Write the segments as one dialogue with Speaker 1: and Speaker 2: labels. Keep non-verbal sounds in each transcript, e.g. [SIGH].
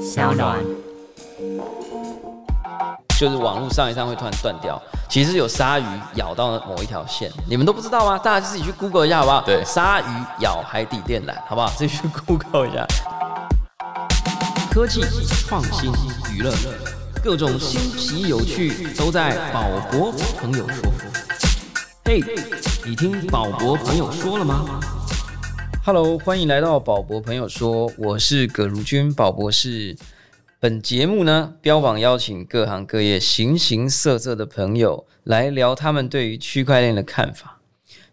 Speaker 1: 小暖。
Speaker 2: 就是网络上一上会突然断掉，其实有鲨鱼咬到某一条线，你们都不知道吗？大家自己去 Google 一下好不好？
Speaker 3: 对
Speaker 2: 鲨鱼咬海底电缆，好不好？ [LAUGHS] 自己去 Google 一下。科技、创新、娱乐，各种新奇有趣都在宝博朋友说。嘿、你听宝博朋友说了吗？Hello，欢迎来到宝博朋友说，我是葛如君，宝博士。本节目呢，标榜邀请各行各业、形形色色的朋友来聊他们对于区块链的看法。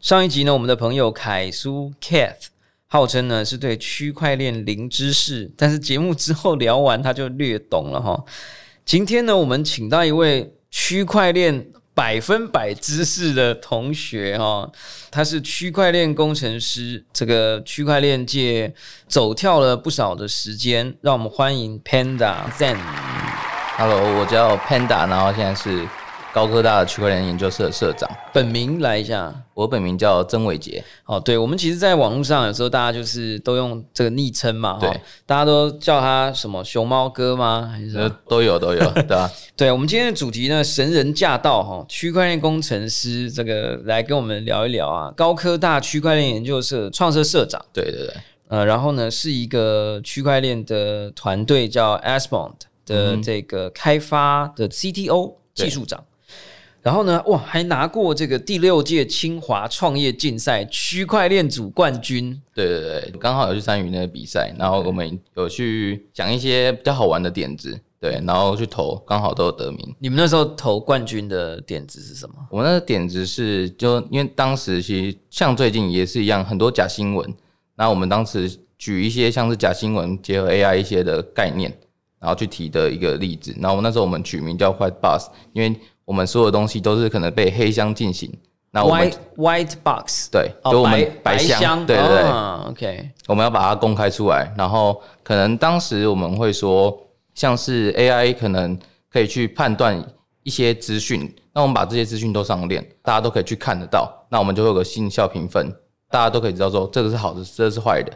Speaker 2: 上一集呢，我们的朋友凯苏 Kath 号称呢是对区块链零知识，但是节目之后聊完他就略懂了哈。今天呢，我们请到一位区块链百分百知识的同学哈，他是区块链工程师，这个区块链界走跳了不少的时间，让我们欢迎 Panda Zen。
Speaker 3: Hello，我叫 Panda，然后现在是高科大的区块链研究社的社长。
Speaker 2: 本名来一下
Speaker 3: 我本名叫曾伟杰，
Speaker 2: 哦，对，我们其实，在网络上有时候大家就是都用这个昵称嘛，
Speaker 3: 对
Speaker 2: 哦，大家都叫他什么熊猫哥吗？还是啊什
Speaker 3: 呃
Speaker 2: 么？，
Speaker 3: 都
Speaker 2: [LAUGHS]
Speaker 3: 有都有，对啊吧、
Speaker 2: 对，我们今天的主题呢，神人驾到哈，区块链工程师这个来跟我们聊一聊啊，高科大区块链研究社创社社长，
Speaker 3: 对对对，
Speaker 2: 呃，然后呢是一个区块链的团队叫 Asmont 的这个开发的 CTO
Speaker 3: 嗯对
Speaker 2: 技术长，然后呢，哇，还拿过这个第六届清华创业竞赛区块链组冠军，
Speaker 3: 对对对，刚好有去参与那个比赛，然后我们有去讲一些比较好玩的点子，对，然后去投，刚好都有得名。
Speaker 2: 你们那时候投冠军的点子是什么？
Speaker 3: 我们那个点子是，就因为当时其实像最近也是一样，很多假新闻。那我们当时举一些像是假新闻结合 AI 一些的概念，然后去提的一个例子。然后我那时候我们取名叫 White Bus，因为我们所有东西都是可能被黑箱进行。那啊我们
Speaker 2: White White Box，
Speaker 3: 对，
Speaker 2: 哦
Speaker 3: 就我
Speaker 2: 白
Speaker 3: 们白
Speaker 2: 箱，
Speaker 3: 对对对，
Speaker 2: 哦，OK，
Speaker 3: 我们要把它公开出来。然后可能当时我们会说，像是 AI 可能可以去判断一些资讯，那我们把这些资讯都上链，大家都可以去看得到，那我们就会有个信效评分，大家都可以知道说这个是好的，这个是坏的。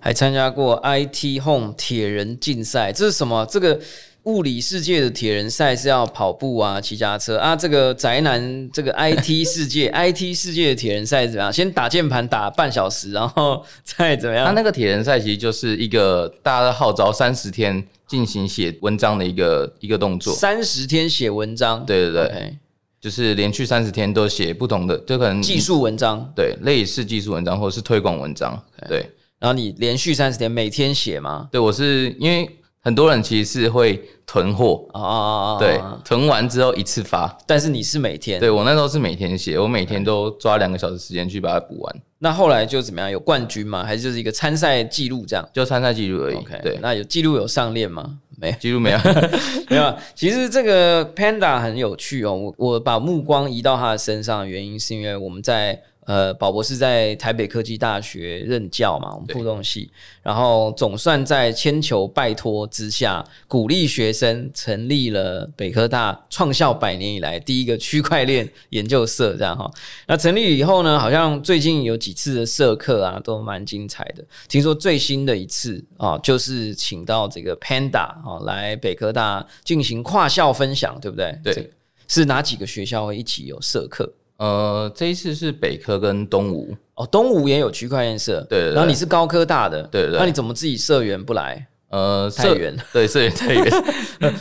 Speaker 2: 还参加过 IT Home 铁人竞赛，这是什么？这个物理世界的铁人赛是要跑步啊、骑脚踏车啊。这个宅男，这个
Speaker 3: [LAUGHS]
Speaker 2: IT 世界，IT 世界的铁人赛是怎么样？先打键盘打半小时，然后 [LAUGHS] 再怎么
Speaker 3: 那
Speaker 2: 样？
Speaker 3: 那个铁人赛其实就是一个大家号召三十天进行写文章的一个一个动作。
Speaker 2: 三十天写文章，
Speaker 3: 对对对
Speaker 2: OK，
Speaker 3: 就是连续三十天都写不同的，就可能
Speaker 2: 技术文章，
Speaker 3: 对类似技术文章或者是推广文章。对，
Speaker 2: 然后你连续三十天每天写吗？
Speaker 3: 对，我是因为很多人其实是会囤货，
Speaker 2: 啊啊啊！啊
Speaker 3: 对，囤完之后一次发。
Speaker 2: 但是你是每天，
Speaker 3: 对我那时候是每天写，我每天都抓两个小时时间去把它补完，
Speaker 2: 那后来就怎么样？有冠军吗？还是就是一个参赛记录这样？
Speaker 3: 就参赛记录而已。
Speaker 2: OK，
Speaker 3: 对，
Speaker 2: 那有记录有上链吗？没有，
Speaker 3: 记录没有。 [LAUGHS]
Speaker 2: [LAUGHS] 没有啊。其实这个 Panda 很有趣哦。我我把目光移到他的身上，原因是因为我们在呃，宝博士在台北科技大学任教嘛，我们互动系，然后总算在千求拜托之下，鼓励学生成立了北科大创校百年以来第一个区块链研究社，这样哈、那成立以后呢，好像最近有几次的社课啊，都蛮精彩的。听说最新的一次啊，就是请到这个 Panda 啊来北科大进行跨校分享，对不对？
Speaker 3: 对
Speaker 2: 这个，是哪几个学校会一起有社课？
Speaker 3: 呃，这一次是北科跟东吴，
Speaker 2: 哦，东吴也有区块链社，
Speaker 3: 对对对
Speaker 2: 然后你是高科大的，
Speaker 3: 对对对
Speaker 2: 那你怎么自己社员不来？
Speaker 3: 呃，
Speaker 2: 太
Speaker 3: 社
Speaker 2: 远了，
Speaker 3: 对，社员太远。
Speaker 2: [LAUGHS]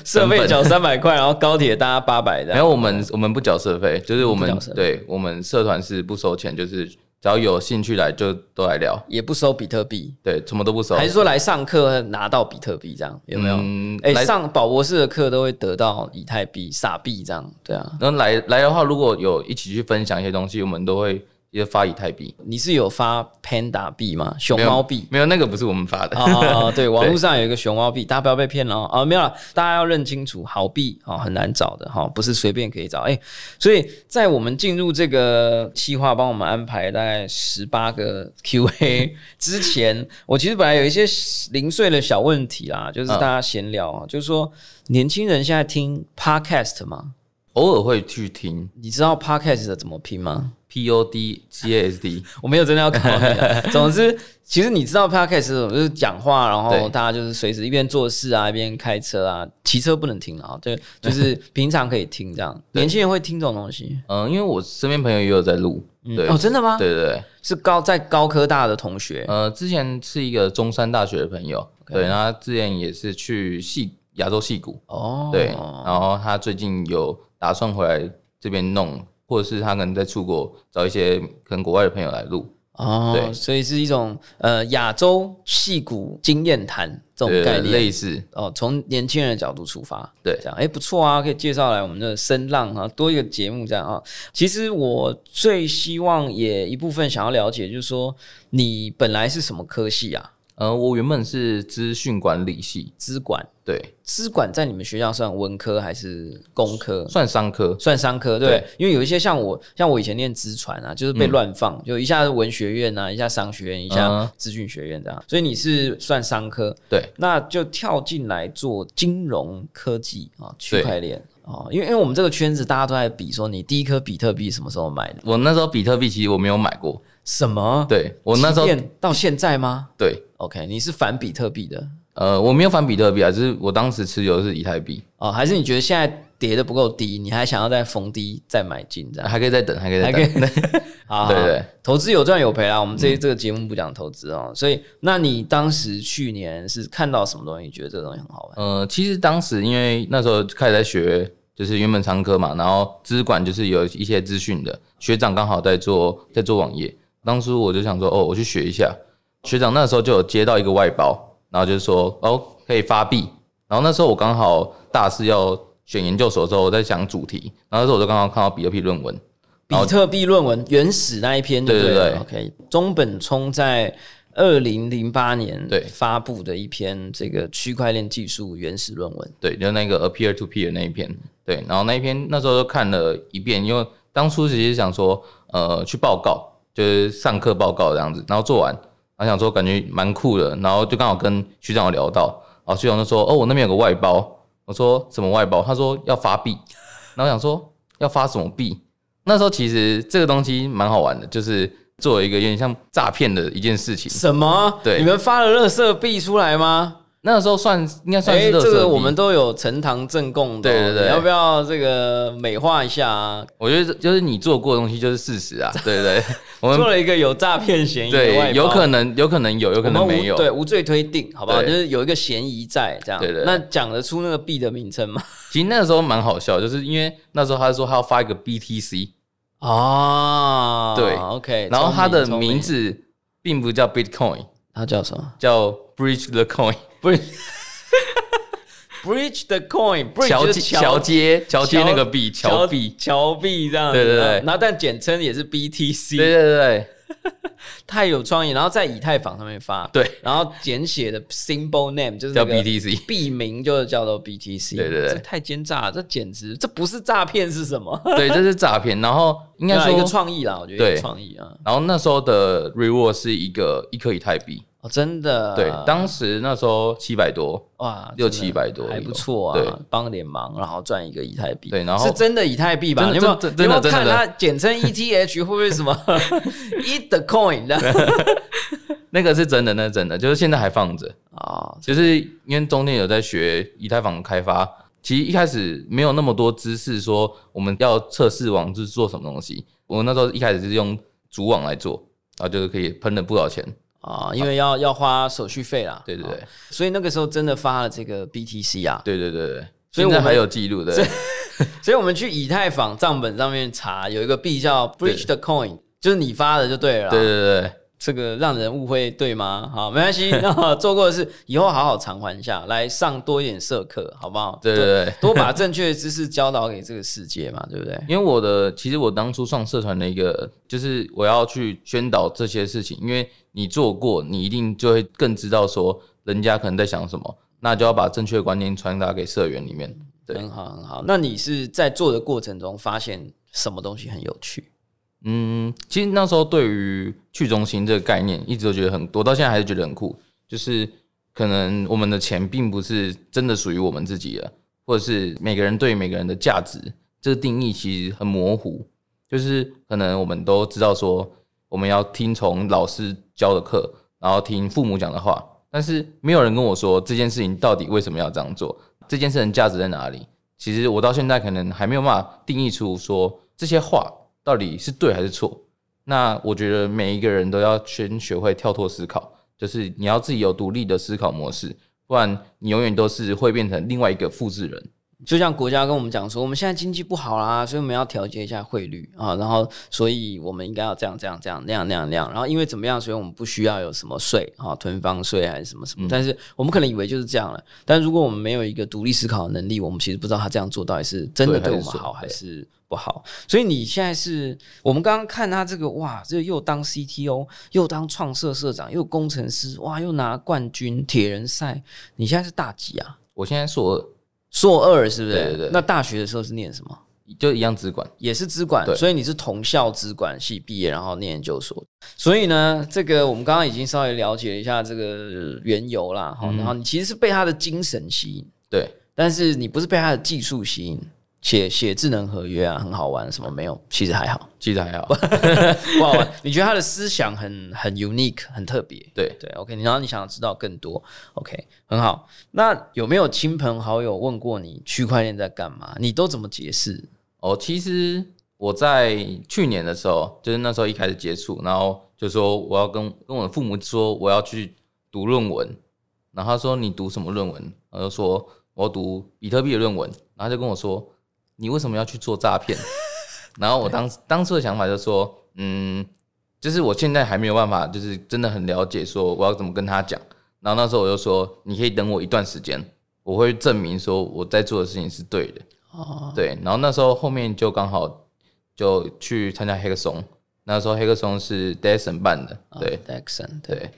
Speaker 2: 社
Speaker 3: 成本
Speaker 2: 费缴三百块，然后高铁搭八百的。
Speaker 3: 然后我们我们不缴社费，就是我
Speaker 2: 不
Speaker 3: 们
Speaker 2: 缴社费
Speaker 3: 对我们社团是不收钱，就是只要有兴趣来就都来聊，
Speaker 2: 也不收比特币，
Speaker 3: 对，什么都不收。
Speaker 2: 还是说来上课拿到比特币这样有没有？
Speaker 3: 嗯
Speaker 2: 哎、
Speaker 3: 来
Speaker 2: 上宝博士的课都会得到以太币、傻币这样，对啊。
Speaker 3: 然后来来的话，如果有一起去分享一些东西，我们都会也发以太币。
Speaker 2: 你是有发 Panda 币吗？熊
Speaker 3: 没有
Speaker 2: 猫币？
Speaker 3: 没有，那个不是我们发
Speaker 2: [LAUGHS]
Speaker 3: 的。
Speaker 2: 啊、对，网络上有一个熊猫币，大家不要被骗了哦啊、没有了，大家要认清楚，好币啊、哦很难找的哈、哦不是随便可以找。哎、所以在我们进入这个计划，帮我们安排大概十八个 [LAUGHS] Q&A 之前，我其实本来有一些零碎的小问题啦，就是大家闲聊啊，就是说年轻人现在听 Podcast 吗？
Speaker 3: 偶尔会去听，
Speaker 2: 你知道 Podcast 怎么拼吗？
Speaker 3: P O D C A S D，
Speaker 2: 我没有真的要考你
Speaker 3: [LAUGHS]
Speaker 2: 啊。总之，其实你知道 podcast 是什么就是讲话，然后
Speaker 3: 对
Speaker 2: 大家就是随时一边做事啊，一边开车啊，骑车不能听啊，对，就是平常可以听这样。
Speaker 3: [LAUGHS] 对
Speaker 2: 年轻人会听这种东西，
Speaker 3: 嗯，因为我身边朋友也有在录，
Speaker 2: 嗯
Speaker 3: 对
Speaker 2: 哦，真的吗？
Speaker 3: 对对对，
Speaker 2: 是高在高科大的同学，
Speaker 3: 呃，之前是一个中山大学的朋友，对，然后他之前也是去戏亚洲戏谷，
Speaker 2: 哦，
Speaker 3: 对，然后他最近有打算回来这边弄，或者是他可能在出国找一些可能国外的朋友来录，
Speaker 2: 哦，
Speaker 3: 对
Speaker 2: 所以是一种呃亚洲戏骨经验谈这种
Speaker 3: 对，
Speaker 2: 概
Speaker 3: 类
Speaker 2: 念。
Speaker 3: 似，
Speaker 2: 哦，从年轻人的角度出发，
Speaker 3: 对
Speaker 2: 这样哎、诶不错啊，可以介绍来我们的声浪啊，多一个节目这样啊。其实我最希望也一部分想要了解，就是说你本来是什么科系啊？
Speaker 3: 呃，我原本是资讯管理系，
Speaker 2: 资管，
Speaker 3: 对，
Speaker 2: 资管在你们学校算文科还是工科？
Speaker 3: 算商科，
Speaker 2: 算商科对不对
Speaker 3: 对
Speaker 2: 因为有一些像我，像我以前念资传啊，就是被乱放，就一下是文学院啊，一下商学院，一下
Speaker 3: 嗯
Speaker 2: 资讯学院这样。所以你是算商科，
Speaker 3: 对，
Speaker 2: 那就跳进来做金融科技啊，区块链啊，因为因为我们这个圈子大家都在比说，你第一颗比特币什么时候买的？
Speaker 3: 我那时候比特币其实我没有买过，
Speaker 2: 什么？，
Speaker 3: 对我那时候
Speaker 2: 到现在吗
Speaker 3: 对，
Speaker 2: ？OK，你是反比特币的
Speaker 3: 呃，我没有反比特币啊，只是我当时持有的是以太币，
Speaker 2: 哦，还是你觉得现在跌的不够低，你还想要再逢低再买进这样？
Speaker 3: 还可以再等，还可以再
Speaker 2: 还
Speaker 3: 等
Speaker 2: 可，以，啊好好
Speaker 3: [LAUGHS] 对对
Speaker 2: 投资有赚有赔啦。我们这这个节目不讲投资哦，所以那你当时去年是看到什么东西，觉得这个东西很好玩？
Speaker 3: 呃，其实当时因为那时候开始在学，就是原本商科嘛，然后资管就是有一些资讯的，学长刚好在做在做网页，当初我就想说，哦，我去学一下。学长那时候就有接到一个外包，然后就是说，哦，可以发币。然后那时候我刚好大四要选研究所的时候，我在想主题，然后那时候我就刚好看到比特币论文，
Speaker 2: 比特币论文原始那一篇就
Speaker 3: 哦对
Speaker 2: 了
Speaker 3: 对对
Speaker 2: OK，中本聪在二零零八年
Speaker 3: 对
Speaker 2: 发布的一篇这个区块链技术原始论文。
Speaker 3: 对，就那个 peer to peer 那一篇，对，然后那一篇那时候就看了一遍，因为当初其实想说，呃，去报告，就是上课报告这样子，然后做完，然后想说感觉蛮酷的，然后就刚好跟区长有聊到，然后区长就说，哦，我那边有个外包，我说什么外包？他说要发币，然后我想说要发什么币？那时候其实这个东西蛮好玩的，就是做一个有点像诈骗的一件事情。
Speaker 2: 什么？
Speaker 3: 对
Speaker 2: 你们发了乐色币出来吗？
Speaker 3: 那时候算应该算
Speaker 2: 诶
Speaker 3: 是垃圾
Speaker 2: 这个
Speaker 3: 币
Speaker 2: 我们都有呈堂证供的哦、
Speaker 3: 对对对
Speaker 2: 你要不要这个美化一下啊？
Speaker 3: 我觉得就是你做过的东西就是事
Speaker 2: [LAUGHS]
Speaker 3: 实啊，对不对？我
Speaker 2: 做
Speaker 3: 们
Speaker 2: 了一个有诈骗嫌疑的外包
Speaker 3: 对有可能有可能有，有可
Speaker 2: 我
Speaker 3: 能
Speaker 2: 们无
Speaker 3: 没有。
Speaker 2: 对，无罪推定，好不好？就
Speaker 3: 对
Speaker 2: 是有一个嫌疑在这样。
Speaker 3: 对对对
Speaker 2: 那讲得出那个币的名称
Speaker 3: [LAUGHS]
Speaker 2: 吗？
Speaker 3: 其实那个时候蛮好笑，就是因为那时候他说他要发一个 BTC，
Speaker 2: 啊，
Speaker 3: 对
Speaker 2: ，OK。
Speaker 3: 然后他的
Speaker 2: 聪明
Speaker 3: 名，
Speaker 2: 聪明
Speaker 3: 字并不叫 Bitcoin，
Speaker 2: 他叫什么
Speaker 3: 叫 Bridge the Coin，
Speaker 2: ？Bridge Bridge the coin，
Speaker 3: 桥
Speaker 2: Bridge
Speaker 3: 接桥接桥接那个币桥
Speaker 2: 桥
Speaker 3: 币，
Speaker 2: 币桥币这样子。
Speaker 3: 对对对
Speaker 2: 然后但简称也是
Speaker 3: 对
Speaker 2: BTC，
Speaker 3: 对对
Speaker 2: 太有创意。然后在以太坊上面发，
Speaker 3: 对，
Speaker 2: 然后简写的 symbol name 就是
Speaker 3: 对，叫
Speaker 2: 那个
Speaker 3: BTC。
Speaker 2: 币名就叫做 BTC，
Speaker 3: 对对对
Speaker 2: 这太奸诈了，这简直这不是诈骗是什么？
Speaker 3: 对，这是诈骗。然后应
Speaker 2: 应 [LAUGHS]
Speaker 3: 该
Speaker 2: 该
Speaker 3: 说
Speaker 2: 说啊一个创意啦，我觉得一个
Speaker 3: 对
Speaker 2: 创意啊，
Speaker 3: 然后那时候的 reward 是一个一颗以太币，
Speaker 2: 哦，真的，
Speaker 3: 对，当时那时候七百多，
Speaker 2: 哇
Speaker 3: 六
Speaker 2: 真的
Speaker 3: 七百多
Speaker 2: 还
Speaker 3: 有
Speaker 2: 不错
Speaker 3: 对
Speaker 2: 啊，帮点忙，然后赚一个以太币，
Speaker 3: 对然后
Speaker 2: 是真的以太币吧？
Speaker 3: 真
Speaker 2: 你
Speaker 3: 的
Speaker 2: 有没有
Speaker 3: 真的
Speaker 2: 你有没有
Speaker 3: 真的
Speaker 2: 看
Speaker 3: 真的
Speaker 2: 它简称 ETH 会不会
Speaker 3: [LAUGHS]
Speaker 2: 什么 Eat the Coin 的
Speaker 3: 那个是真的，那是真的，就是现在还放着。
Speaker 2: 啊？
Speaker 3: 就是因为中间有在学以太坊开发，其实一开始没有那么多知识，说我们要测试网是做什么东西。我那时候一开始是用主网来做，然后就是可以喷了不少钱。
Speaker 2: 啊，因为要要花手续费啦，
Speaker 3: 对对对
Speaker 2: 啊，所以那个时候真的发了这个 BTC 啊，
Speaker 3: 对对对对，
Speaker 2: 所以
Speaker 3: 现
Speaker 2: 我
Speaker 3: 在
Speaker 2: 们
Speaker 3: 还有记录的。对
Speaker 2: 所以我们去以太坊账本上面查，有一个币叫 Bridge the Coin，就是你发的就对了啦。
Speaker 3: 对对对，
Speaker 2: 这个让人误会对吗？好，没关系， [LAUGHS] 那做过的事以后好好偿还一下，来上多一点社课，好不好？
Speaker 3: 对对对，
Speaker 2: 多，多把正确的知识教导给这个世界嘛，对不对？
Speaker 3: 因为我的其实我当初上社团的一个，就是我要去宣导这些事情，因为你做过，你一定就会更知道说人家可能在想什么，那就要把正确的观念传达给社员里面。对
Speaker 2: 很好，很好。那你是在做的过程中发现什么东西很有趣？
Speaker 3: 嗯，其实那时候对于去中心这个概念，一直都觉得很，我到现在还是觉得很酷。就是可能我们的钱并不是真的属于我们自己的，或者是每个人对每个人的价值这个定义其实很模糊。就是可能我们都知道说我们要听从老师教的课，然后听父母讲的话，但是没有人跟我说这件事情到底为什么要这样做，这件事情价值在哪里。其实我到现在可能还没有办法定义出说这些话到底是对还是错。那我觉得每一个人都要先学会跳脱思考，就是你要自己有独立的思考模式，不然你永远都是会变成另外一个复制人。
Speaker 2: 就像国家跟我们讲说，我们现在经济不好啦，所以我们要调节一下汇率啊，然后所以我们应该要这样这样这样那样那样那样，然后因为怎么样，所以我们不需要有什么税啊，囤房税还是什么什么，但是我们可能以为就是这样了，但如果我们没有一个独立思考的能力，我们其实不知道他这样做到底是真的
Speaker 3: 对
Speaker 2: 对我
Speaker 3: 还
Speaker 2: 们
Speaker 3: 是错
Speaker 2: 好还是不好。所以你现在是我们刚刚看他这个哇，这又当 CTO，又当创社社长，又工程师，哇，又拿冠军铁人赛，你现在是大几啊？
Speaker 3: 我现在说
Speaker 2: 硕二是不是？
Speaker 3: 对对对
Speaker 2: 那大学的时候是念什么？
Speaker 3: 就一样资管，
Speaker 2: 也是资管，
Speaker 3: 对
Speaker 2: 所以你是同校资管系毕业，然后念研究所。所以呢，这个我们刚刚已经稍微了解了一下这个缘由啦，哈、
Speaker 3: 嗯
Speaker 2: 然后你其实是被他的精神吸引，
Speaker 3: 对
Speaker 2: 但是你不是被他的技术吸引。写写智能合约啊，很好玩，什么没有，其实还
Speaker 3: [LAUGHS]
Speaker 2: 好，
Speaker 3: 其实还好。
Speaker 2: 不好玩。你觉得他的思想很很 unique，很特别， [LAUGHS]
Speaker 3: 对，
Speaker 2: 对，OK，你然后你想要知道更多，OK，很好。那有没有亲朋好友问过你区块链在干嘛？你都怎么解释？
Speaker 3: 哦，其实我在去年的时候，就是那时候一开始接触，然后就说我要跟跟我的父母说我要去读论文，然后他说你读什么论文？我就说我要读比特币的论文，然后他就跟我说你为什么要去做诈骗？然后我当当初的想法就是说，嗯，就是我现在还没有办法，就是真的很了解说我要怎么跟他讲。然后那时候我就说，你可以等我一段时间，我会证明说我在做的事情是对的。
Speaker 2: 哦，
Speaker 3: 对，然后那时候后面就刚好就去参加黑客松，那时候黑客松是 Dyson 办的，对、
Speaker 2: d a x o n 哦对，
Speaker 3: 对，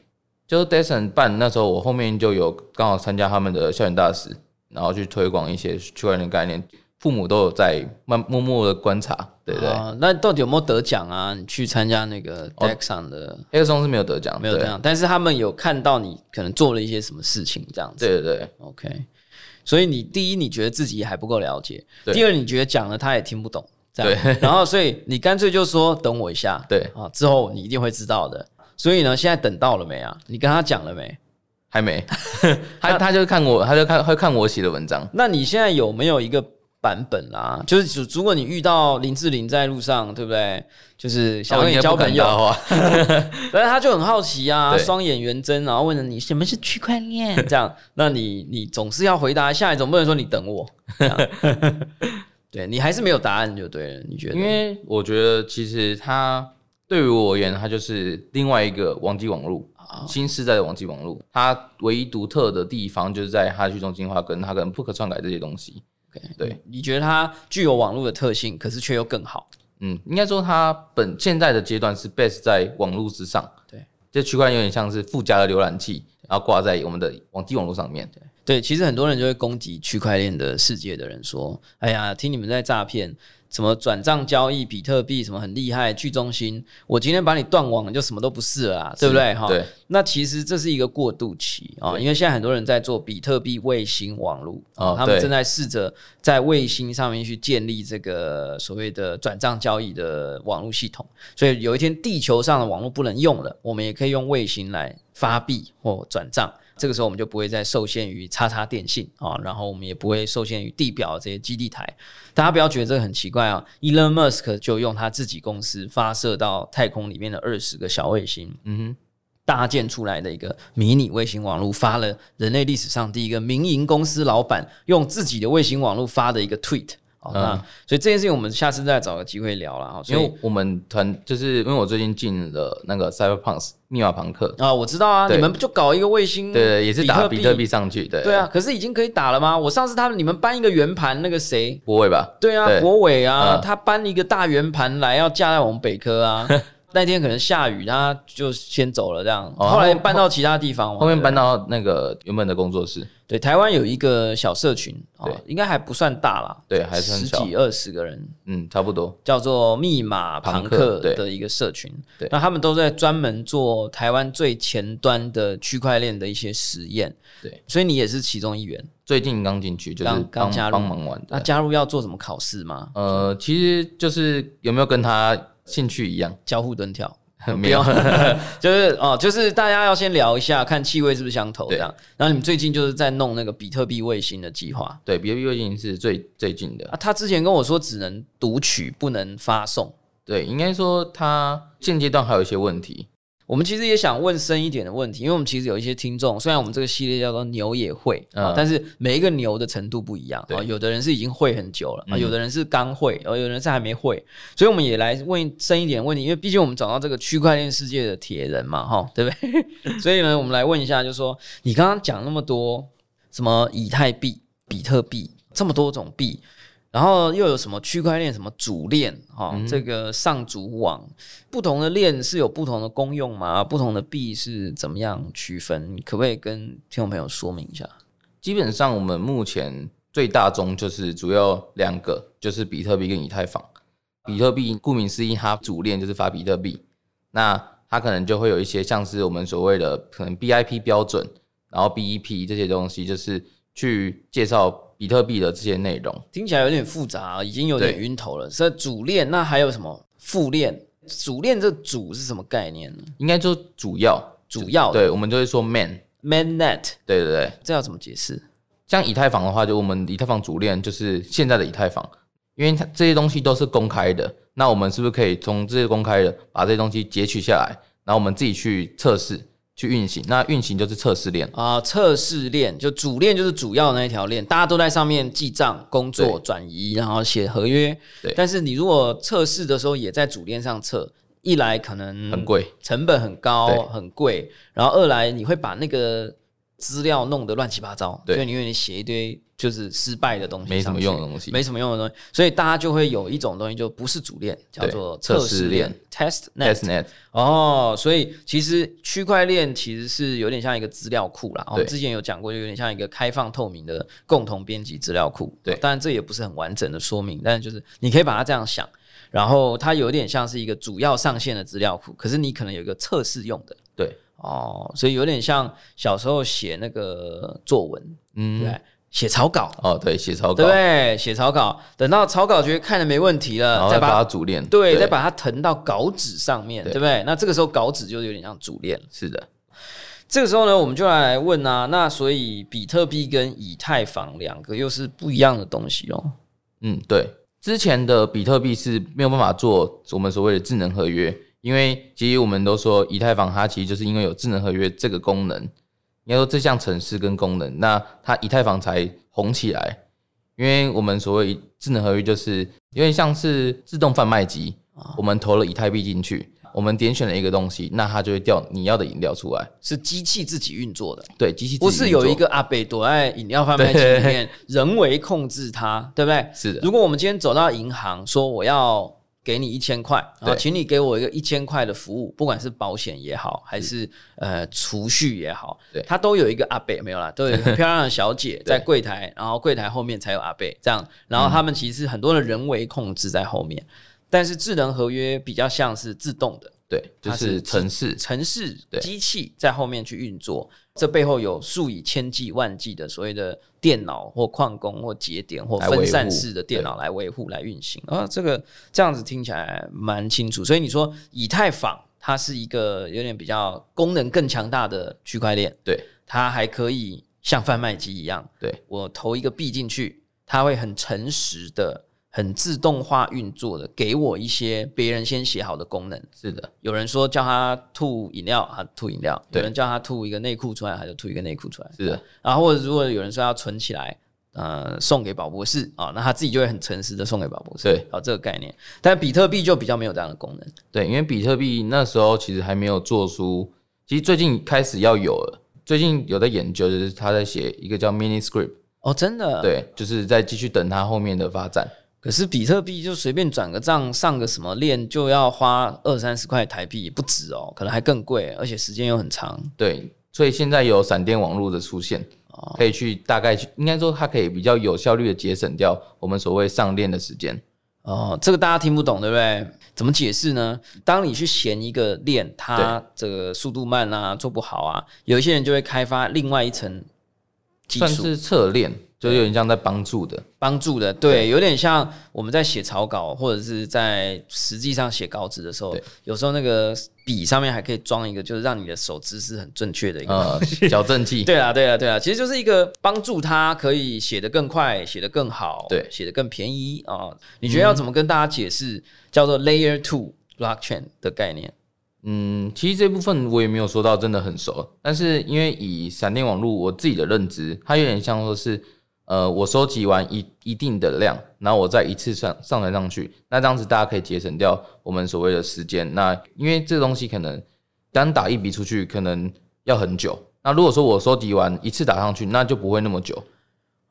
Speaker 3: 就是 Dyson 办那时候我后面就有刚好参加他们的校园大使，然后去推广一些区块链概念，父母都有在慢默默的观察，对对
Speaker 2: 哦那到底有没有得奖啊？你去参加那个 d a x o n 的、
Speaker 3: 黑客松是没有得奖，
Speaker 2: 没有
Speaker 3: 对
Speaker 2: 这样，但是他们有看到你可能做了一些什么事情这样子。
Speaker 3: 对对对，
Speaker 2: ，OK。所以你第一，你觉得自己还不够了解；
Speaker 3: 对
Speaker 2: 第二，你觉得讲了他也听不懂，这样。
Speaker 3: [LAUGHS]
Speaker 2: 然后，所以你干脆就说等我一下，
Speaker 3: 对
Speaker 2: 啊，之后你一定会知道的。所以呢，现在等到了没啊？你跟他讲了没？[LAUGHS]
Speaker 3: 还没，他他就看我，他就看会看我写的文章，
Speaker 2: 那你现在有没有一个版本啊？就是如如果你遇到林志玲在路上，对不对？就是想
Speaker 3: 我
Speaker 2: 要
Speaker 3: 应
Speaker 2: 跟你
Speaker 3: 该
Speaker 2: 交
Speaker 3: 哦不敢
Speaker 2: 朋友，
Speaker 3: 搭话，
Speaker 2: [LAUGHS] 但是他就很好奇啊，
Speaker 3: 对
Speaker 2: 双眼圆睁，然后问了你什么是区块链，这样，那你你总是要回答一下，你总不能说你等我，这样对你还是没有答案就对了，你觉得？
Speaker 3: 因为我觉得其实它对于我而言，它就是另外一个网际网络，
Speaker 2: 啊
Speaker 3: 新时代的网际网络。它唯一独特的地方就是在它去中心化跟它跟不可篡改这些东西。对，
Speaker 2: 你觉得它具有网络的特性，可是却又更好，
Speaker 3: 嗯，应该说它本现在的阶段是 base 在网络之上。
Speaker 2: 对，
Speaker 3: 这区块链有点像是附加的浏览器，然后挂在我们的网际网络上面。
Speaker 2: 对，其实很多人就会攻击区块链的世界的人说：“哎呀，听你们在诈骗，什么转账交易、比特币什么很厉害，去中心，我今天把你断网，你就什么都不是了啦，啊对不对？”哈，
Speaker 3: 对，
Speaker 2: 那其实这是一个过渡期啊、因为现在很多人在做比特币卫星网络啊、
Speaker 3: 哦
Speaker 2: 他们
Speaker 3: 对
Speaker 2: 正在试着在卫星上面去建立这个所谓的转账交易的网络系统。所以有一天地球上的网络不能用了，我们也可以用卫星来发币或转账。这个时候我们就不会再受限于叉叉电信啊、然后我们也不会受限于地表这些基地台。大家不要觉得这个很奇怪啊，Elon Musk 就用他自己公司发射到太空里面的二十个小卫星，
Speaker 3: 嗯
Speaker 2: 搭建出来的一个迷你卫星网络，发了人类历史上第一个民营公司老板用自己的卫星网络发的一个 tweet。哦，那、
Speaker 3: 嗯
Speaker 2: 所以这件事情我们下次再找个机会聊了哈。
Speaker 3: 哼，因
Speaker 2: 所以
Speaker 3: 为我们团就是因为我最近进了那个 Cyberpunk 密码朋克，
Speaker 2: 啊，我知道啊，
Speaker 3: 对
Speaker 2: 你们就搞一个卫星，
Speaker 3: 对对，也是打比
Speaker 2: 嗯比
Speaker 3: 特币。上去，对
Speaker 2: 对啊，，可是已经可以打了吗？我上次他们你们搬一个圆盘，那个谁？
Speaker 3: 不会吧？
Speaker 2: 对啊，
Speaker 3: 对
Speaker 2: 国伟啊，
Speaker 3: 嗯
Speaker 2: 他搬一个大圆盘来，要架在我们北科
Speaker 3: [LAUGHS]
Speaker 2: 啊。那天可能下雨，他就先走了这样。
Speaker 3: 哦
Speaker 2: 后来搬到其他地方嘛，
Speaker 3: 后面
Speaker 2: 哦对
Speaker 3: 搬到那个原本的工作室，
Speaker 2: 对，台湾有一个小社群，哦
Speaker 3: 对、
Speaker 2: 应该还不算大啦，
Speaker 3: 对还是很
Speaker 2: 十
Speaker 3: 小
Speaker 2: 几二十个人，
Speaker 3: 嗯，差不多。
Speaker 2: 叫做密码
Speaker 3: 庞
Speaker 2: 庞
Speaker 3: 克
Speaker 2: 克
Speaker 3: 对
Speaker 2: 的一个社群
Speaker 3: 对。
Speaker 2: 那他们都在专门做台湾最前端的区块链的一些实验，
Speaker 3: 对，
Speaker 2: 所以你也是其中一员。
Speaker 3: 最近刚进去，就是
Speaker 2: 刚刚
Speaker 3: 帮
Speaker 2: 加入
Speaker 3: 帮忙玩
Speaker 2: 那
Speaker 3: 的。
Speaker 2: 加入要做什么考试吗？
Speaker 3: 呃，其实就是有没有跟他兴趣
Speaker 2: [LAUGHS]
Speaker 3: 一样？
Speaker 2: 交互蹲跳。
Speaker 3: 没有
Speaker 2: 不，就是哦，就是大家要先聊一下，看气味是不是相投这样。然后你们最近就是在弄那个比特币卫星的计划
Speaker 3: [LAUGHS] 对，比特币卫星是最最近的
Speaker 2: 啊。。他之前跟我说只能读取，不能发送。
Speaker 3: 对，应该说它现阶段还有一些问题。
Speaker 2: 我们其实也想问深一点的问题，因为我们其实有一些听众，虽然我们这个系列叫做牛也会，
Speaker 3: 嗯
Speaker 2: 啊但是每一个牛的程度不一样
Speaker 3: 对
Speaker 2: 啊，有的人是已经会很久了，啊，
Speaker 3: 嗯
Speaker 2: 有的人是刚会，啊而有的人是还没会，所以我们也来问深一点的问题，因为毕竟我们找到这个区块链世界的铁人嘛，哈，对不
Speaker 3: [LAUGHS]
Speaker 2: 对？所以呢，我们来问一下，就是说你刚刚讲那么多，什么以太币、比特币这么多种币，然后又有什么区块链、什么主链哈、哦
Speaker 3: 嗯
Speaker 2: 这个上主网，不同的链是有不同的功用吗？啊不同的币是怎么样区分？你可不可以跟听众朋友说明一下？
Speaker 3: 基本上我们目前最大宗就是主要两个，就是比特币跟以太坊。比特币顾名思义，它主链就是发比特币，那它可能就会有一些像是我们所谓的可能 BIP 标准，然后 BEP 这些东西，就是去介绍比特币的这些内容。
Speaker 2: 听起来有点复杂，啊已经有点
Speaker 3: 对
Speaker 2: 晕头了。这主链，那还有什么副链？主链这主是什么概念呢
Speaker 3: 应该就主要
Speaker 2: 主要的
Speaker 3: 对，我们就会说 main，
Speaker 2: ？Mainnet
Speaker 3: 对对对。
Speaker 2: 这要怎么解释？
Speaker 3: 像以太坊的话，就我们以太坊主链就是现在的以太坊，因为它这些东西都是公开的，那我们是不是可以从这些公开的把这些东西截取下来，然后我们自己去测试、去运行？那运行就是测试链，
Speaker 2: 啊，测试链就主链就是主要的那一条链，大家都在上面记账、工作、
Speaker 3: 对
Speaker 2: 转移，然后写合约
Speaker 3: 对。
Speaker 2: 但是你如果测试的时候也在主链上测，一来可能
Speaker 3: 很，贵。
Speaker 2: 成本很高
Speaker 3: 对，
Speaker 2: 很贵，然后二来你会把那个资料弄得乱七八糟，
Speaker 3: 对
Speaker 2: 所以你因为你写一堆就是失败的东西，
Speaker 3: 没什么用的东西
Speaker 2: 没什么用的东西，所以大家就会有一种东西就不是主链，叫
Speaker 3: 对
Speaker 2: 做
Speaker 3: 测
Speaker 2: 测
Speaker 3: 试
Speaker 2: 试链
Speaker 3: 链
Speaker 2: （testnet）。
Speaker 3: Testnet
Speaker 2: 哦，所以其实区块链其实是有点像一个资料库啦。我们
Speaker 3: 对
Speaker 2: 之前有讲过，就有点像一个开放透明的共同编辑资料库。
Speaker 3: 对
Speaker 2: 当然这也不是很完整的说明，但是就是你可以把它这样想，然后它有点像是一个主要上线的资料库，可是你可能有一个测试用的。
Speaker 3: 对，
Speaker 2: 哦，所以有点像小时候写那个作文，对不
Speaker 3: 嗯，
Speaker 2: 对，写草稿，
Speaker 3: 哦，对，写草
Speaker 2: 对
Speaker 3: 稿
Speaker 2: 不，对？写草稿，等到草稿觉得看的没问题
Speaker 3: 然
Speaker 2: 了，
Speaker 3: 后
Speaker 2: 再
Speaker 3: 再
Speaker 2: 把
Speaker 3: 把
Speaker 2: 它
Speaker 3: 它主链，
Speaker 2: 对，再把它腾到稿纸上面，对
Speaker 3: 对
Speaker 2: 不对？那这个时候稿纸就有点像主链了。
Speaker 3: 是的，
Speaker 2: 这个时候呢，我们就来问啊，那所以比特币跟以太坊两个又是不一样的东西咯。
Speaker 3: 嗯，对，之前的比特币是没有办法做我们所谓的智能合约，因为其实我们都说以太坊它其实就是因为有智能合约这个功能，应该说这项程式跟功能，那它以太坊才红起来。因为我们所谓智能合约，就是有点像是自动贩卖机，
Speaker 2: 啊
Speaker 3: 我们投了以太币进去，我们点选了一个东西，那它就会调你要的饮料出来。
Speaker 2: 是机器自己运作的，
Speaker 3: 对，机器自己
Speaker 2: 不是
Speaker 3: 运作
Speaker 2: 有一个阿北躲在饮料贩卖机里面人为控制它，对不对？
Speaker 3: 是的，
Speaker 2: 如果我们今天走到银行说我要给你一千块，然后
Speaker 3: 对
Speaker 2: 请你给我一个一千块的服务，不管是保险也好，还是呃储蓄也好
Speaker 3: 对，
Speaker 2: 它都有一个阿贝没有啦，都有一个很漂亮的小姐在柜台，然后柜台后面才有阿贝这样，然后
Speaker 3: 嗯
Speaker 2: 他们其实很多的人为控制在后面，但是智能合约比较像是自动的。
Speaker 3: 对，就
Speaker 2: 它
Speaker 3: 是
Speaker 2: 是
Speaker 3: 城市
Speaker 2: 城市
Speaker 3: 对
Speaker 2: 机器在后面去运作，这背后有数以千计万计的所谓的电脑或矿工或节点或
Speaker 3: 来维护
Speaker 2: 分散式的电脑来维护、来运行啊。这个这样子听起来蛮清楚，所以你说以太坊它是一个有点比较功能更强大的区块链，
Speaker 3: 对
Speaker 2: 它还可以像贩卖机一样，
Speaker 3: 对
Speaker 2: 我投一个币进去，它会很诚实的、很自动化运作的，给我一些别人先写好的功能。
Speaker 3: 是的，
Speaker 2: 有人说叫他吐饮料，他吐饮料；
Speaker 3: 对
Speaker 2: 有人叫他吐一个内裤出来，他就吐一个内裤出来。啊
Speaker 3: 是的，
Speaker 2: 然后或者如果有人说要存起来，呃，送给宝博士啊、那他自己就会很诚实的送给宝博士。啊
Speaker 3: 对，
Speaker 2: 好、这个概念。但比特币就比较没有这样的功能。
Speaker 3: 对，因为比特币那时候其实还没有做出，其实最近开始要有了。最近有在研究，就是他在写一个叫 Mini Script，、
Speaker 2: 哦，真的。。
Speaker 3: 对，就是在继续等它后面的发展。
Speaker 2: 可是比特币就随便转个账，上个什么链就要花二三十块台币，不止哦，可能还更贵，而且时间又很长。
Speaker 3: 对，所以现在有闪电网络的出现，
Speaker 2: 哦
Speaker 3: 可以去大概去，应该说它可以比较有效率的节省掉我们所谓上链的时间。
Speaker 2: 哦，这个大家听不懂，对不对？怎么解释呢？当你去嫌一个链它这个速度慢啊，做不好啊，有一些人就会开发另外一层技
Speaker 3: 算
Speaker 2: 术
Speaker 3: 是侧练，就有点像在帮助的。
Speaker 2: 帮助的，对，有点像我们在写草稿或者是在实际上写稿纸的时候
Speaker 3: 对，
Speaker 2: 有时候那个笔上面还可以装一个，就是让你的手姿势很正确的一个。
Speaker 3: 呃，矫正器，
Speaker 2: 对啊啦，对啦，对啦，其实就是一个帮助他可以写得更快、写得更好、
Speaker 3: 对
Speaker 2: 写得更便宜啊、你觉得要怎么跟大家解释叫做 Layer Two Blockchain 的概念？
Speaker 3: 嗯，其实这部分我也没有说到真的很熟，但是因为以闪电网络我自己的认知，它有点像说是，呃，我收集完一一定的量，然后我再一次上上传上去，那这样子大家可以节省掉我们所谓的时间。那因为这东西可能单打一笔出去可能要很久，那如果说我收集完一次打上去，那就不会那么久，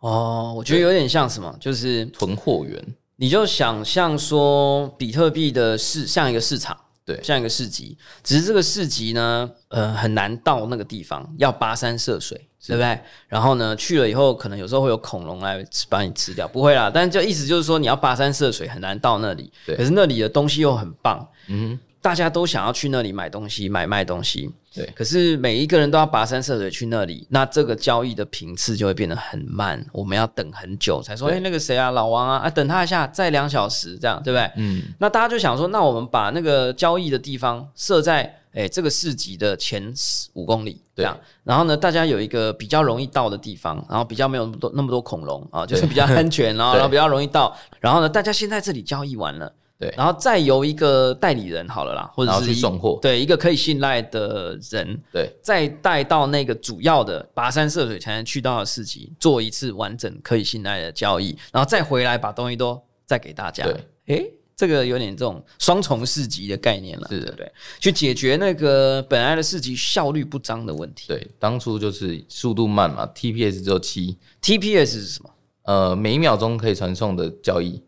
Speaker 2: 哦，我觉得有点像什么，就是
Speaker 3: 囤货源。
Speaker 2: 你就想象说，比特币的市像一个市场，
Speaker 3: 对
Speaker 2: 像一个市集，只是这个市集呢，呃，很难到那个地方，要跋山涉水，对不对？然后呢，去了以后，可能有时候会有恐龙来吃把你吃掉，不会啦，但就意思就是说，你要跋山涉水，很难到那里。
Speaker 3: 对
Speaker 2: 可是那里的东西又很棒，
Speaker 3: 嗯
Speaker 2: 大家都想要去那里买东西、买卖东西，
Speaker 3: 对
Speaker 2: 可是每一个人都要跋山涉水去那里，那这个交易的频次就会变得很慢，我们要等很久才说，哎、
Speaker 3: 对
Speaker 2: 那个谁啊，老王啊，啊，等他一下，再两小时，这样对不对？
Speaker 3: 嗯，
Speaker 2: 那大家就想说，那我们把那个交易的地方设在哎、这个市集的前五公里，这
Speaker 3: 对
Speaker 2: 样，然后呢，大家有一个比较容易到的地方，然后比较没有那么多那么多恐龙啊，就是
Speaker 3: 对
Speaker 2: 比较安
Speaker 3: [LAUGHS]
Speaker 2: 全，然后然后
Speaker 3: 对
Speaker 2: 比较容易到，然后呢，大家先在这里交易完了。
Speaker 3: 对
Speaker 2: 然后再由一个代理人好了啦，或者
Speaker 3: 然后
Speaker 2: 是
Speaker 3: 去
Speaker 2: 一
Speaker 3: 送货
Speaker 2: 对一个可以信赖的人，
Speaker 3: 对
Speaker 2: 再带到那个主要的跋山涉水才能去到的市集，做一次完整可以信赖的交易，然后再回来把东西都再给大家。
Speaker 3: 对，啊
Speaker 2: 诶，这个有点这种双重市集的概念了，
Speaker 3: 是的
Speaker 2: 对不对？去解决那个本来的市集效率不彰的问题。
Speaker 3: 对，当初就是速度慢嘛，TPS 只有七，
Speaker 2: TPS 是什么
Speaker 3: 呃，每一秒钟可以传送的交易。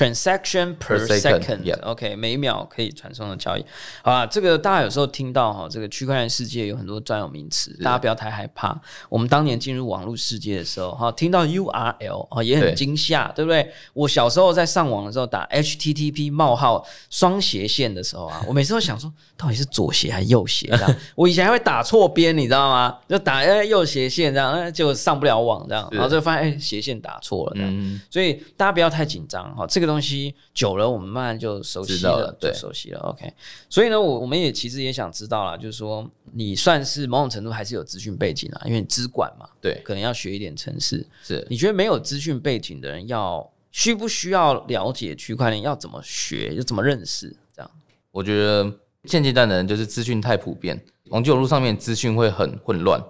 Speaker 2: ？Transaction per
Speaker 3: Per second，yeah
Speaker 2: second，OK，、每秒可以传送的交易。好啦，这个大家有时候听到哈，这个区块链世界有很多专有名词，大家不要太害怕。我们当年进入网络世界的时候，哈，听到 URL 哈也很
Speaker 3: 对
Speaker 2: 惊吓，对不对？我小时候在上网的时候打 HTTP 冒号双斜线的时候啊，我每次都想说，到底是左斜还是右斜？这
Speaker 3: [LAUGHS]
Speaker 2: 样，我以前还会打错边，你知道吗？就打哎右斜线这样，哎结果上不了网这样，
Speaker 3: 是
Speaker 2: 然后就发现哎斜线打错了这样。
Speaker 3: 嗯，
Speaker 2: 所以大家不要太紧张哈，这个东西久了，我们慢慢就熟悉
Speaker 3: 知道
Speaker 2: 了
Speaker 3: 了，
Speaker 2: 就
Speaker 3: 对
Speaker 2: 熟悉了。OK，所以呢，我我们也其实也想知道啦，就是说你算是某种程度还是有资讯背景啊啦，因为你资管嘛，
Speaker 3: 对，
Speaker 2: 可能要学一点程式。
Speaker 3: 是
Speaker 2: 你觉得没有资讯背景的人要需不需要了解区块链？要怎么学？要怎么认识？这样
Speaker 3: 我觉得现阶段的人就是资讯太普遍，网际网络上面资讯会很混乱。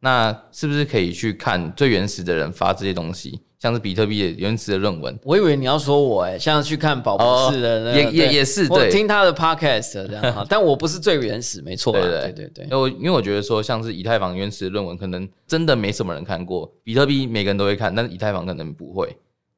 Speaker 3: 那是不是可以去看最原始的人发这些东西，像是比特币的原始的论文？
Speaker 2: 我以为你要说我哎、像去看宝博士的、那个
Speaker 3: 也也
Speaker 2: 对
Speaker 3: 也是
Speaker 2: 我
Speaker 3: 对
Speaker 2: 听他的 podcast 这样哈，但我不是最原始，没错啦，对
Speaker 3: 对
Speaker 2: 对对
Speaker 3: 对因。为我因为我觉得说，像是以太坊原始的论文，可能真的没什么人看过。比特币每个人都会看，但是以太坊可能不会。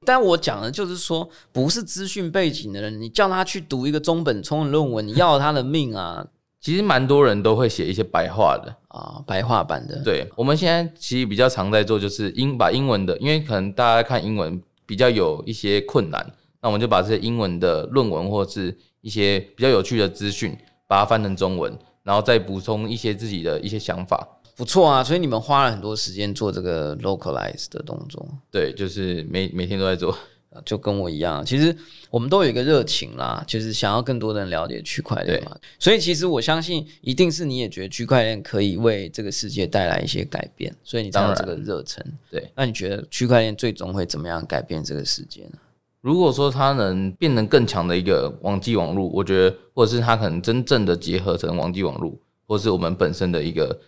Speaker 2: 但我讲的就是说，不是资讯背景的人，你叫他去读一个中本聪的论文，你要了他的命啊
Speaker 3: 其实蛮多人都会写一些白话的，
Speaker 2: 啊！白话版的，
Speaker 3: 对，我们现在其实比较常在做就是英把英文的，因为可能大家看英文比较有一些困难，那我们就把这些英文的论文或是一些比较有趣的资讯，把它翻成中文，然后再补充一些自己的一些想法。
Speaker 2: 不错啊！所以你们花了很多时间做这个 localize 的动作，
Speaker 3: 对，就是每每天都在做。
Speaker 2: 啊就跟我一样。其实我们都有一个热情啦，就是想要更多的人了解区块链嘛。所以其实我相信，一定是你也觉得区块链可以为这个世界带来一些改变，所以你才有
Speaker 3: 当
Speaker 2: 这
Speaker 3: 然
Speaker 2: 个热忱。
Speaker 3: 对，
Speaker 2: 那你觉得区块链最终会怎么样改变这个世界呢？
Speaker 3: 如果说它能变得更强的一个网际网络，我觉得或者是它可能真正的结合成网际网络，或是我们本身的一个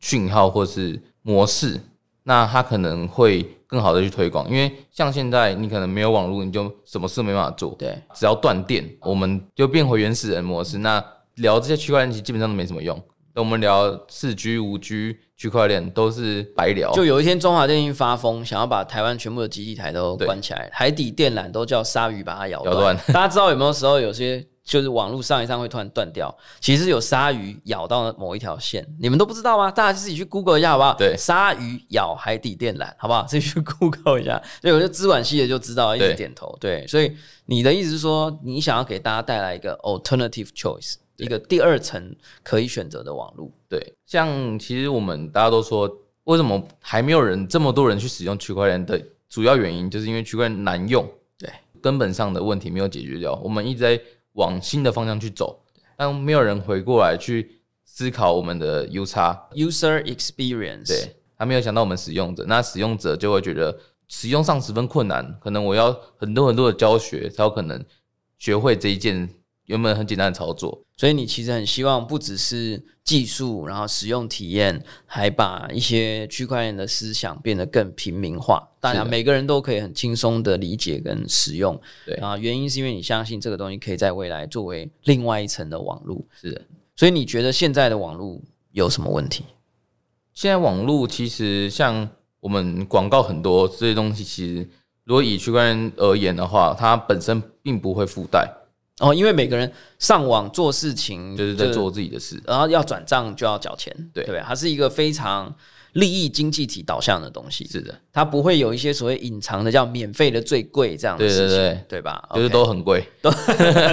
Speaker 3: 讯号或是模式，那它可能会更好的去推广。因为像现在你可能没有网络，你就什么事没办法做，
Speaker 2: 对，
Speaker 3: 只要断电，我们就变回原始人模式。那聊这些区块链其实基本上都没什么用。那我们聊四 G、五 G 区块链都是白聊，
Speaker 2: 就有一天中华电信发疯，想要把台湾全部的基地台都关起来，海底电缆都叫鲨鱼把它咬
Speaker 3: 咬断
Speaker 2: 大家知道有没有时候有些就是网络上一上会突然断掉，其实有鲨鱼咬到某一条线，你们都不知道吗？大家自己去 Google 一下好不好？
Speaker 3: 对
Speaker 2: 鲨鱼咬海底电缆，好不好？自己去 Google 一下。所以我就资管系的就知道，一直
Speaker 3: 对
Speaker 2: 点头。对，所以你的意思是说，你想要给大家带来一个 alternative choice，一个第二层可以选择的网络。
Speaker 3: 对，像其实我们大家都说，为什么还没有人这么多人去使用区块链的主要原因，就是因为区块链难用，
Speaker 2: 对，
Speaker 3: 根本上的问题没有解决掉，我们一直在往新的方向去走，但没有人回过来去思考我们的 U 差，
Speaker 2: user experience，
Speaker 3: 对，他没有想到我们使用者，那使用者就会觉得使用上十分困难，可能我要很多很多的教学才有可能学会这一件原本很简单的操作，
Speaker 2: 所以你其实很希望不只是技术，然后使用体验，还把一些区块链的思想变得更平民化，大家
Speaker 3: 是的
Speaker 2: 每个人都可以很轻松的理解跟使用。
Speaker 3: 对
Speaker 2: 啊，原因是因为你相信这个东西可以在未来作为另外一层的网络，
Speaker 3: 是啊的。
Speaker 2: 所以你觉得现在的网络有什么问题？
Speaker 3: 现在网络其实像我们广告很多这些东西，其实如果以区块链而言的话，它本身并不会附带，
Speaker 2: 哦，因为每个人上网做事情
Speaker 3: 就是在做自己的事。
Speaker 2: 然后要转账就要缴钱，
Speaker 3: 对
Speaker 2: 对不对？它是一个非常利益经济体导向的东西，
Speaker 3: 是的，
Speaker 2: 它不会有一些所谓隐藏的叫免费的最贵这样的
Speaker 3: 对
Speaker 2: 事
Speaker 3: 对
Speaker 2: 情，
Speaker 3: 对，
Speaker 2: 对吧？
Speaker 3: 就是
Speaker 2: OK
Speaker 3: 都很贵。
Speaker 2: [LAUGHS]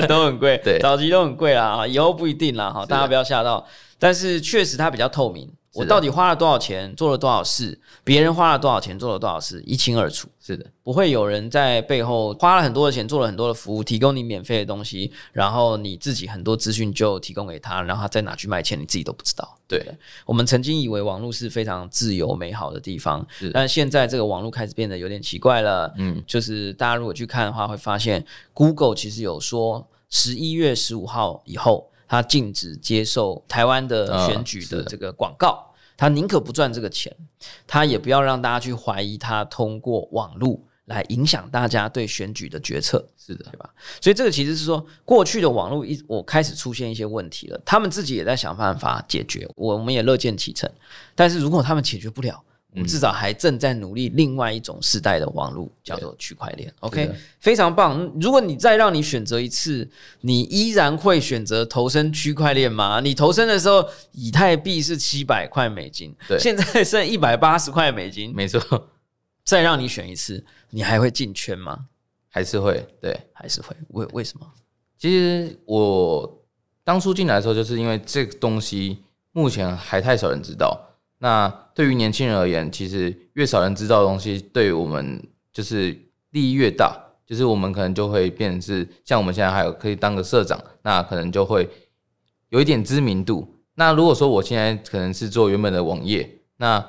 Speaker 2: 都很贵，
Speaker 3: [LAUGHS] 对
Speaker 2: 早期都很贵啦，啊以后不一定啦，哈，
Speaker 3: 的
Speaker 2: 大家不要吓到。但是确实它比较透明，我
Speaker 3: 的
Speaker 2: 到底花了多少钱，做了多少事，别人花了多少钱，做了多少事，一清二楚。
Speaker 3: 是的，
Speaker 2: 不会有人在背后花了很多的钱，做了很多的服务，提供你免费的东西，然后你自己很多资讯就提供给他，然后他再拿去卖钱，你自己都不知道。
Speaker 3: 对，
Speaker 2: 我们曾经以为网络是非常自由美好的地方
Speaker 3: 是，
Speaker 2: 但现在这个网络开始变得有点奇怪了。
Speaker 3: 嗯，
Speaker 2: 就是大家如果去看的话，会发现 Google 其实有说，十一月十五号以后，它禁止接受台湾的选举
Speaker 3: 啊
Speaker 2: 的
Speaker 3: 是的
Speaker 2: 这个广告。它宁可不赚这个钱，它也不要让大家去怀疑它通过网络来影响大家对选举的决策。
Speaker 3: 是的，
Speaker 2: 所以这个其实是说，过去的网络一我开始出现一些问题了，他们自己也在想办法解决，我们也乐见其成。但是如果他们解决不了，我们至少还正在努力另外一种世代的网络，叫做区块链。OK，
Speaker 3: 的
Speaker 2: 非常棒。如果你再让你选择一次，你依然会选择投身区块链吗？你投身的时候，以太币是七百块美金，
Speaker 3: 对
Speaker 2: 现在剩一百八十块美金，
Speaker 3: 没错， [LAUGHS]
Speaker 2: 再让你选一次，你还会进圈吗？
Speaker 3: 还是会对。
Speaker 2: 还是会？为为什么？
Speaker 3: 其实我当初进来的时候，就是因为这个东西目前还太少人知道。那对于年轻人而言，其实越少人知道的东西，对我们就是利益越大。就是我们可能就会变成是像我们现在还有可以当个社长，那可能就会有一点知名度。那如果说我现在可能是做原本的网页，那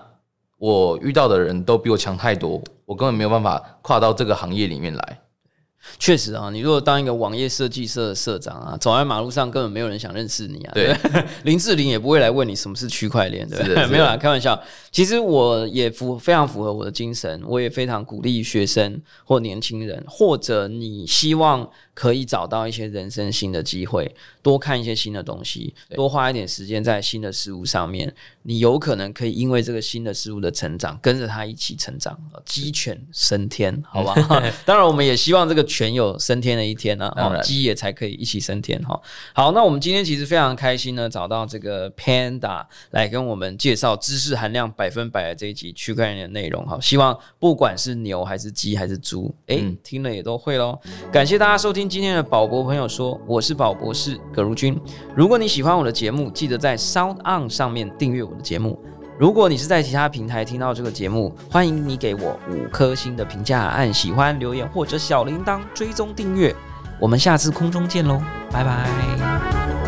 Speaker 3: 我遇到的人都比我强太多，我根本没有办法跨到这个行业里面来。
Speaker 2: 确实啊，你如果当一个网页设计社的社长啊，走在马路上根本没有人想认识你啊。
Speaker 3: 对
Speaker 2: 不， [LAUGHS] 林志玲也不会来问你什么是区块链，对不
Speaker 3: 是
Speaker 2: 对？
Speaker 3: 的
Speaker 2: 没有啦，
Speaker 3: 是
Speaker 2: 开玩笑。其实我也符非常符合我的精神，我也非常鼓励学生或年轻人，或者你希望可以找到一些人生新的机会，多看一些新的东西，多花一点时间在新的事物上面，你有可能可以因为这个新的事物的成长，跟着它一起成长，呃鸡犬升天，好吧？
Speaker 3: [LAUGHS]
Speaker 2: [LAUGHS] 当然，我们也希望这个犬有升天的一天啊，
Speaker 3: 当
Speaker 2: 哦
Speaker 3: 然
Speaker 2: 鸡也才可以一起升天哈。好，那我们今天其实非常开心呢，找到这个 Panda 来跟我们介绍知识含量百分百的这一集区块链的内容哈。希望不管是牛还是鸡还是猪，诶，
Speaker 3: 嗯
Speaker 2: 听了也都会喽。感谢大家收听今天的宝博朋友说，我是宝博士葛如君。如果你喜欢我的节目，记得在 Sound On 上面订阅我的节目。如果你是在其他平台听到这个节目，欢迎你给我五颗星的评价，按喜欢、留言或者小铃铛追踪订阅。我们下次空中见喽，拜拜。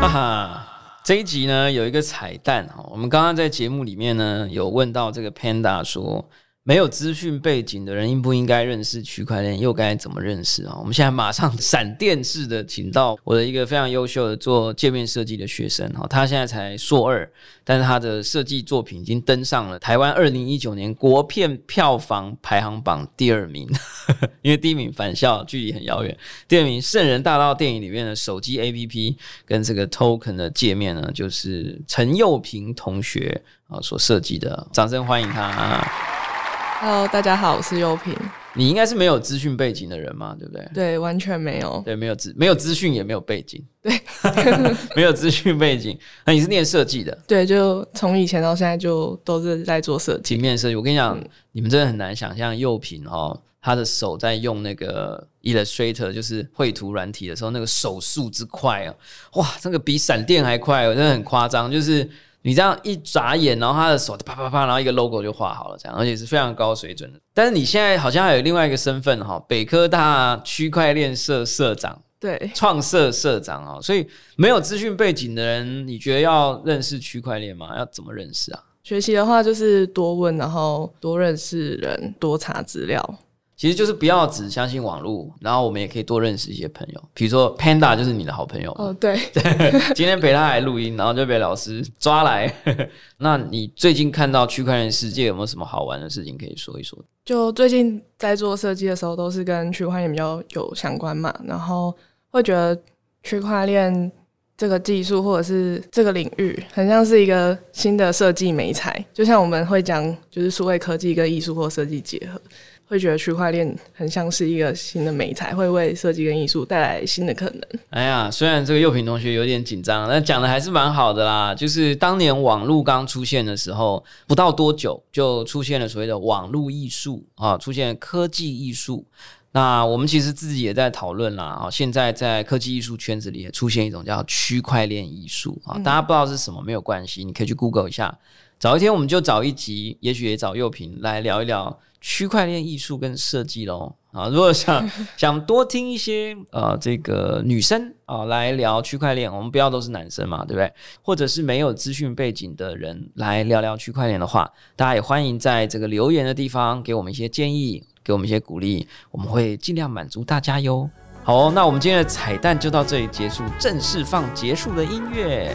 Speaker 2: 哈哈，这一集呢有一个彩蛋哈，我们刚刚在节目里面呢有问到这个 Panda 说，没有资讯背景的人应不应该认识区块链，又该怎么认识啊？我们现在马上闪电式的请到我的一个非常优秀的做界面设计的学生哈，他现在才硕二，但是他的设计作品已经登上了台湾二零一九年国片票房排行榜第二名， [LAUGHS] 因为第一名返校距离很遥远，第二名《圣人大道》电影里面的手机 APP 跟这个 token 的界面呢，就是陈佑平同学啊所设计的，掌声欢迎他。
Speaker 1: Hello，大家好，我是优平。
Speaker 2: 你应该是没有资讯背景的人嘛，对不对？
Speaker 1: 对，完全没有。
Speaker 2: 对，没有资没有资讯也没有背景，对， [LAUGHS] 没有资讯背景。那你是念设计的，
Speaker 1: 对，就从以前到现在就都是在做设计。
Speaker 2: 平面设计。我跟你讲，你们真的很难想象右平哦，他的手在用那个 Illustrator，就是绘图软体的时候，那个手速之快哦，哇，那个比闪电还快哦，真的很夸张。就是你你这样一眨眼，然后他的手啪啪啪，然后一个 logo 就画好了，这样，而且是非常高水准的。但是你现在好像还有另外一个身份哈，北科大区块链社社长、
Speaker 1: 对，
Speaker 2: 创社社长哦，所以没有资讯背景的人，你觉得要认识区块链吗？要怎么认识啊？
Speaker 1: 学习的话就是多问，然后多认识人，多查资料。
Speaker 2: 其实就是不要只相信网络，然后我们也可以多认识一些朋友，比如说 Panda 就是你的好朋友嘛，
Speaker 1: 哦，对，
Speaker 2: 今天陪他来录音，然后就被老师抓来。 [LAUGHS] 那你最近看到区块链世界有没有什么好玩的事情可以说一说？
Speaker 1: 就最近在做设计的时候，都是跟区块链比较有相关嘛，然后会觉得区块链这个技术或者是这个领域，很像是一个新的设计美材，就像我们会讲，就是数位科技跟艺术或设计结合，会觉得区块链很像是一个新的美材，会为设计跟艺术带来新的可能。
Speaker 2: [LAUGHS] 哎呀，虽然这个幼品同学有点紧张，但讲的还是蛮好的啦。就是当年网络刚出现的时候，不到多久就出现了所谓的网络艺术啊，出现科技艺术。那我们其实自己也在讨论啦，啊，现在在科技艺术圈子里也出现一种叫区块链艺术啊，大家不知道是什么没有关系，你可以去 Google 一下。早一天我们就找一集，也许也找幼平来聊一聊区块链艺术跟设计喽。啊，如果想想多听一些呃这个女生啊来聊区块链，我们不要都是男生嘛，对不对？或者是没有资讯背景的人来聊聊区块链的话，大家也欢迎在这个留言的地方给我们一些建议，给我们一些鼓励，我们会尽量满足大家哟。好哦、那我们今天的彩蛋就到这里结束，正式放结束的音乐。